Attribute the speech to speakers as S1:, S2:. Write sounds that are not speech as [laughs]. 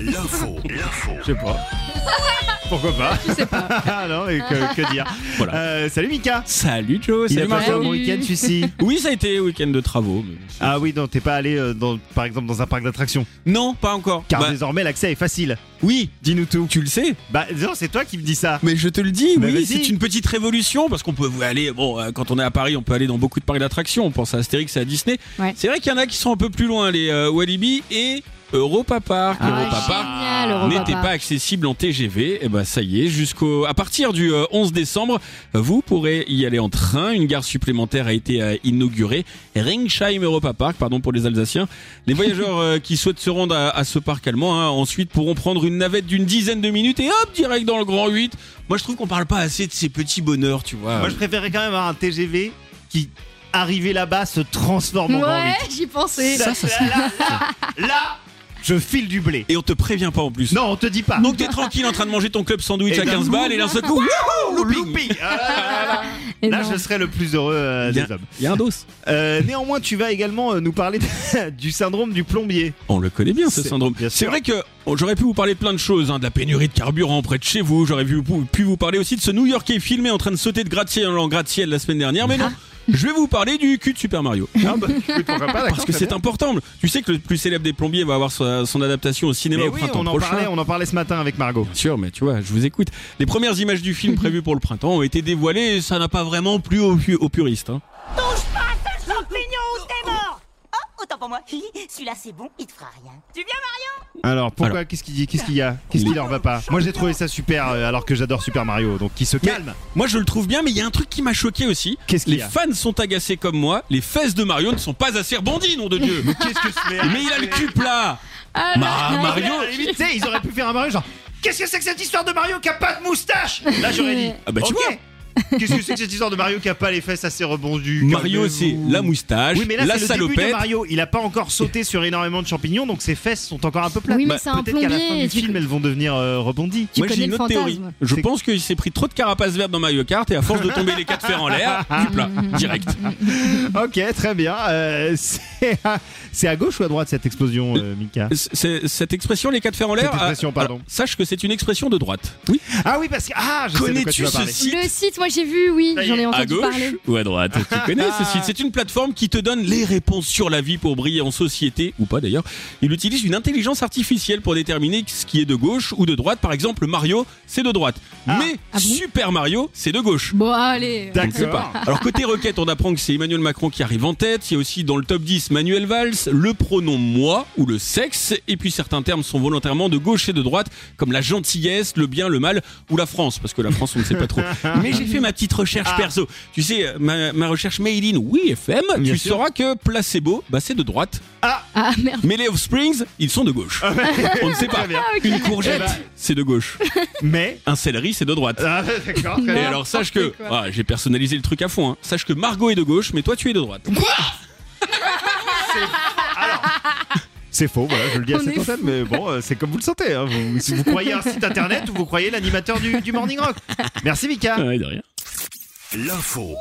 S1: L'info, l'info.
S2: Je sais pas. Pourquoi pas Ah
S3: Je
S2: [laughs]
S3: sais pas.
S2: Non, et que, que dire
S4: Voilà.
S2: Euh, Salut Mika
S4: Salut Joe,
S2: Il
S4: salut
S2: a passé un
S4: Marco.
S2: bon
S3: Salut.
S2: week-end, celui-ci
S4: Oui, ça a été week-end de travaux. mais c'est-
S2: Ah oui, donc t'es pas allé, euh, dans, par exemple, dans un parc d'attractions
S4: Non, pas encore.
S2: Car
S4: Bah,
S2: désormais, l'accès est facile.
S4: oui, dis-nous tout. Tu le sais
S2: Bah, non, c'est toi qui me dis ça.
S4: Mais je te le dis,
S2: Bah,
S4: oui,
S2: vas-y.
S4: c'est une petite révolution parce qu'on peut aller. Bon, euh, quand on est à Paris, on peut aller dans beaucoup de parcs d'attractions. On pense à Astérix et à Disney.
S3: Ouais.
S4: C'est vrai qu'il y en a qui sont un peu plus loin, les euh, Walibi et Europa Park.
S3: Ah,
S4: Europa Park
S3: génial, Europa
S4: n'était pas
S3: Park.
S4: accessible en TGV. Et ben ça y est, jusqu'au à partir du euh, 11 décembre, vous pourrez y aller en train. Une gare supplémentaire a été euh, inaugurée, Ringsheim Europa Park, pardon pour les Alsaciens. Les voyageurs euh, qui souhaitent se rendre à, à ce parc allemand, hein, ensuite pourront prendre une navette d'une dizaine de minutes et hop direct dans le Grand 8. Moi je trouve qu'on parle pas assez de ces petits bonheurs, tu vois.
S2: Moi, je préférais quand même avoir un TGV qui, arrivé là-bas, se transforme en grand
S3: Ouais,
S2: huit.
S3: j'y pensais.
S2: Ça, là, là, là, là, je file du blé.
S4: Et on te prévient pas en plus.
S2: Non, on te dit pas.
S4: Donc t'es tranquille en train de manger ton club sandwich
S2: Et
S4: à
S2: d'un
S4: 15
S2: coup-
S4: balles et d'un seul coup,
S2: Oh, looping. Ah, là, là, là, là. Là,
S3: Énorme.
S2: je serais le plus heureux euh, des
S4: Bien.
S2: hommes.
S4: il y a un dos.
S2: Euh, néanmoins, tu vas également euh, nous parler [laughs] de- du syndrome du plombier.
S4: On le connaît bien ce
S2: C'est-
S4: syndrome.
S2: bien
S4: C'est
S2: sûr.
S4: vrai que oh, j'aurais pu vous parler de plein de choses, hein, de la pénurie de carburant près de chez vous. J'aurais vu- pu, pu vous parler aussi de ce New-Yorkais filmé en train de sauter de gratte-ciel en gratte-ciel la semaine dernière. Mais non, je vais vous parler du cul de Super Mario.
S2: Ah bah, écoute, pourquoi pas,
S4: Parce que c'est important. Tu sais que le plus célèbre des plombiers va avoir sa- son adaptation au cinéma
S2: Mais
S4: au
S2: oui,
S4: printemps
S2: on en,
S4: prochain.
S2: parlait, on en parlait ce matin avec Margot.
S4: Bien sûr, mais tu vois, je vous écoute. Les premières images du film prévues pour le printemps ont été dévoilées et ça n'a pas vraiment plu aux, pu- aux puristes. hein.
S5: Oh, autant pour moi. [laughs] Hi, Celui-là, c'est bon, il te fera rien. Tu viens,
S2: Alors pourquoi Qu'est-ce qu'il dit Qu'est-ce qu'il y a Qu'est-ce qui leur va pas Moi j'ai trouvé ça super euh, alors que j'adore Super Mario. Donc qui se calme.
S4: Moi, je le trouve bien, mais il y a un truc qui m'a choqué aussi.
S2: Qu'est-ce qu'il
S4: Les
S2: y a
S4: fans sont agacés comme moi. Les fesses de Mario ne sont pas assez rebondies, nom
S2: [laughs]
S4: de Dieu.
S2: Qu'est-ce que c'est
S4: Mais il a le cul plat
S3: Ah,
S4: Ma- Mario
S3: là,
S2: Mario, à la limite, tu sais, ils auraient pu faire un Mario genre Qu'est-ce que c'est que cette histoire de Mario qui a pas de moustache Là j'aurais dit.
S4: Ah bah, tu
S2: ok. Qu'est-ce que c'est que cette histoire de Mario qui a pas les fesses assez rebondues
S4: Mario,
S2: Calmez-vous.
S4: c'est la moustache,
S2: Oui, mais là,
S4: la
S2: c'est le début de
S4: salopette.
S2: Mario. Il a pas encore [laughs] sauté sur énormément de champignons, donc ses fesses sont encore un peu plates.
S3: Oui, mais
S4: Bah,
S3: c'est un
S2: Peut-être qu'à la fin
S3: plombier.
S2: du
S3: tu-
S2: film, elles vont devenir euh, rebondies.
S3: Tu
S4: Moi, j'ai
S3: connais
S4: une
S3: le
S4: autre
S3: fantasme.
S4: théorie. Je
S2: C'est-
S4: pense qu'il s'est pris trop de carapaces vertes dans Mario Kart et
S2: [laughs]
S4: à force de tomber les quatre fers en l'air, cul plat, direct.
S2: Ok, très bien. Euh, c'est à- c'est à gauche ou à droite cette explosion, euh, Mika
S4: C- c'est- Cette expression, les quatre fers en l'air,
S2: Cette expression,
S4: ah,
S2: pardon.
S4: alors, sache que c'est une expression de droite. Oui.
S2: Ah oui, parce que. Ah, je sais de quoi tu
S4: Connais-tu
S2: vas
S4: ce
S2: parler.
S3: Le
S4: site
S3: site, moi j'ai vu, oui,
S2: Ça y est,
S3: j'en ai
S4: à
S3: entendu
S4: gauche
S3: parler.
S4: ou à droite
S3: [laughs]
S4: Tu connais ce site C'est une plateforme qui te donne les réponses sur la vie pour briller en société, ou pas d'ailleurs. Il utilise une intelligence artificielle pour déterminer ce qui est de gauche ou de droite. Par exemple, Mario, c'est de droite.
S2: Ah.
S4: Mais
S3: Ah bon
S4: Super Mario, c'est de gauche.
S3: Bon, allez.
S4: On ne sait pas. Alors côté requête, on apprend que c'est Emmanuel Macron qui arrive en tête. Il y a aussi dans le top 10 Manuel Valls, le pronom moi ou le sexe. Et puis certains termes sont volontairement de gauche et de droite, comme la gentillesse, le bien, le mal ou la France, parce que la France on ne sait pas trop. Mais j'ai fait ma petite recherche
S2: Ah.
S4: perso. Tu sais, euh, ma, ma recherche Made in oui FM.
S2: Bien
S4: tu
S2: sûr.
S4: sauras que placebo, bah c'est de droite.
S3: Ah merde.
S4: Mais les Offsprings, ils sont de gauche. on ne sait pas.
S2: Ah, bah, Très bien.
S4: Une courgette,
S2: Eh ben.
S4: c'est de gauche.
S2: Mais.
S4: Un céleri, c'est de droite.
S2: Ah, d'accord, très
S4: Et
S2: bien.
S4: alors sache que
S3: quoi.
S4: Ah, j'ai personnalisé le truc à fond. hein. Sache que Margot est de gauche, mais toi tu es de droite.
S2: C'est faux, voilà, je le dis à
S3: On
S2: cette
S3: est
S2: antenne, mais bon, euh, c'est comme vous le sentez. hein. Vous, si vous croyez un site Ah. internet ou vous croyez l'animateur du, du Morning Rock. Merci, Mika.
S4: Ouais, de rien.
S1: L'info,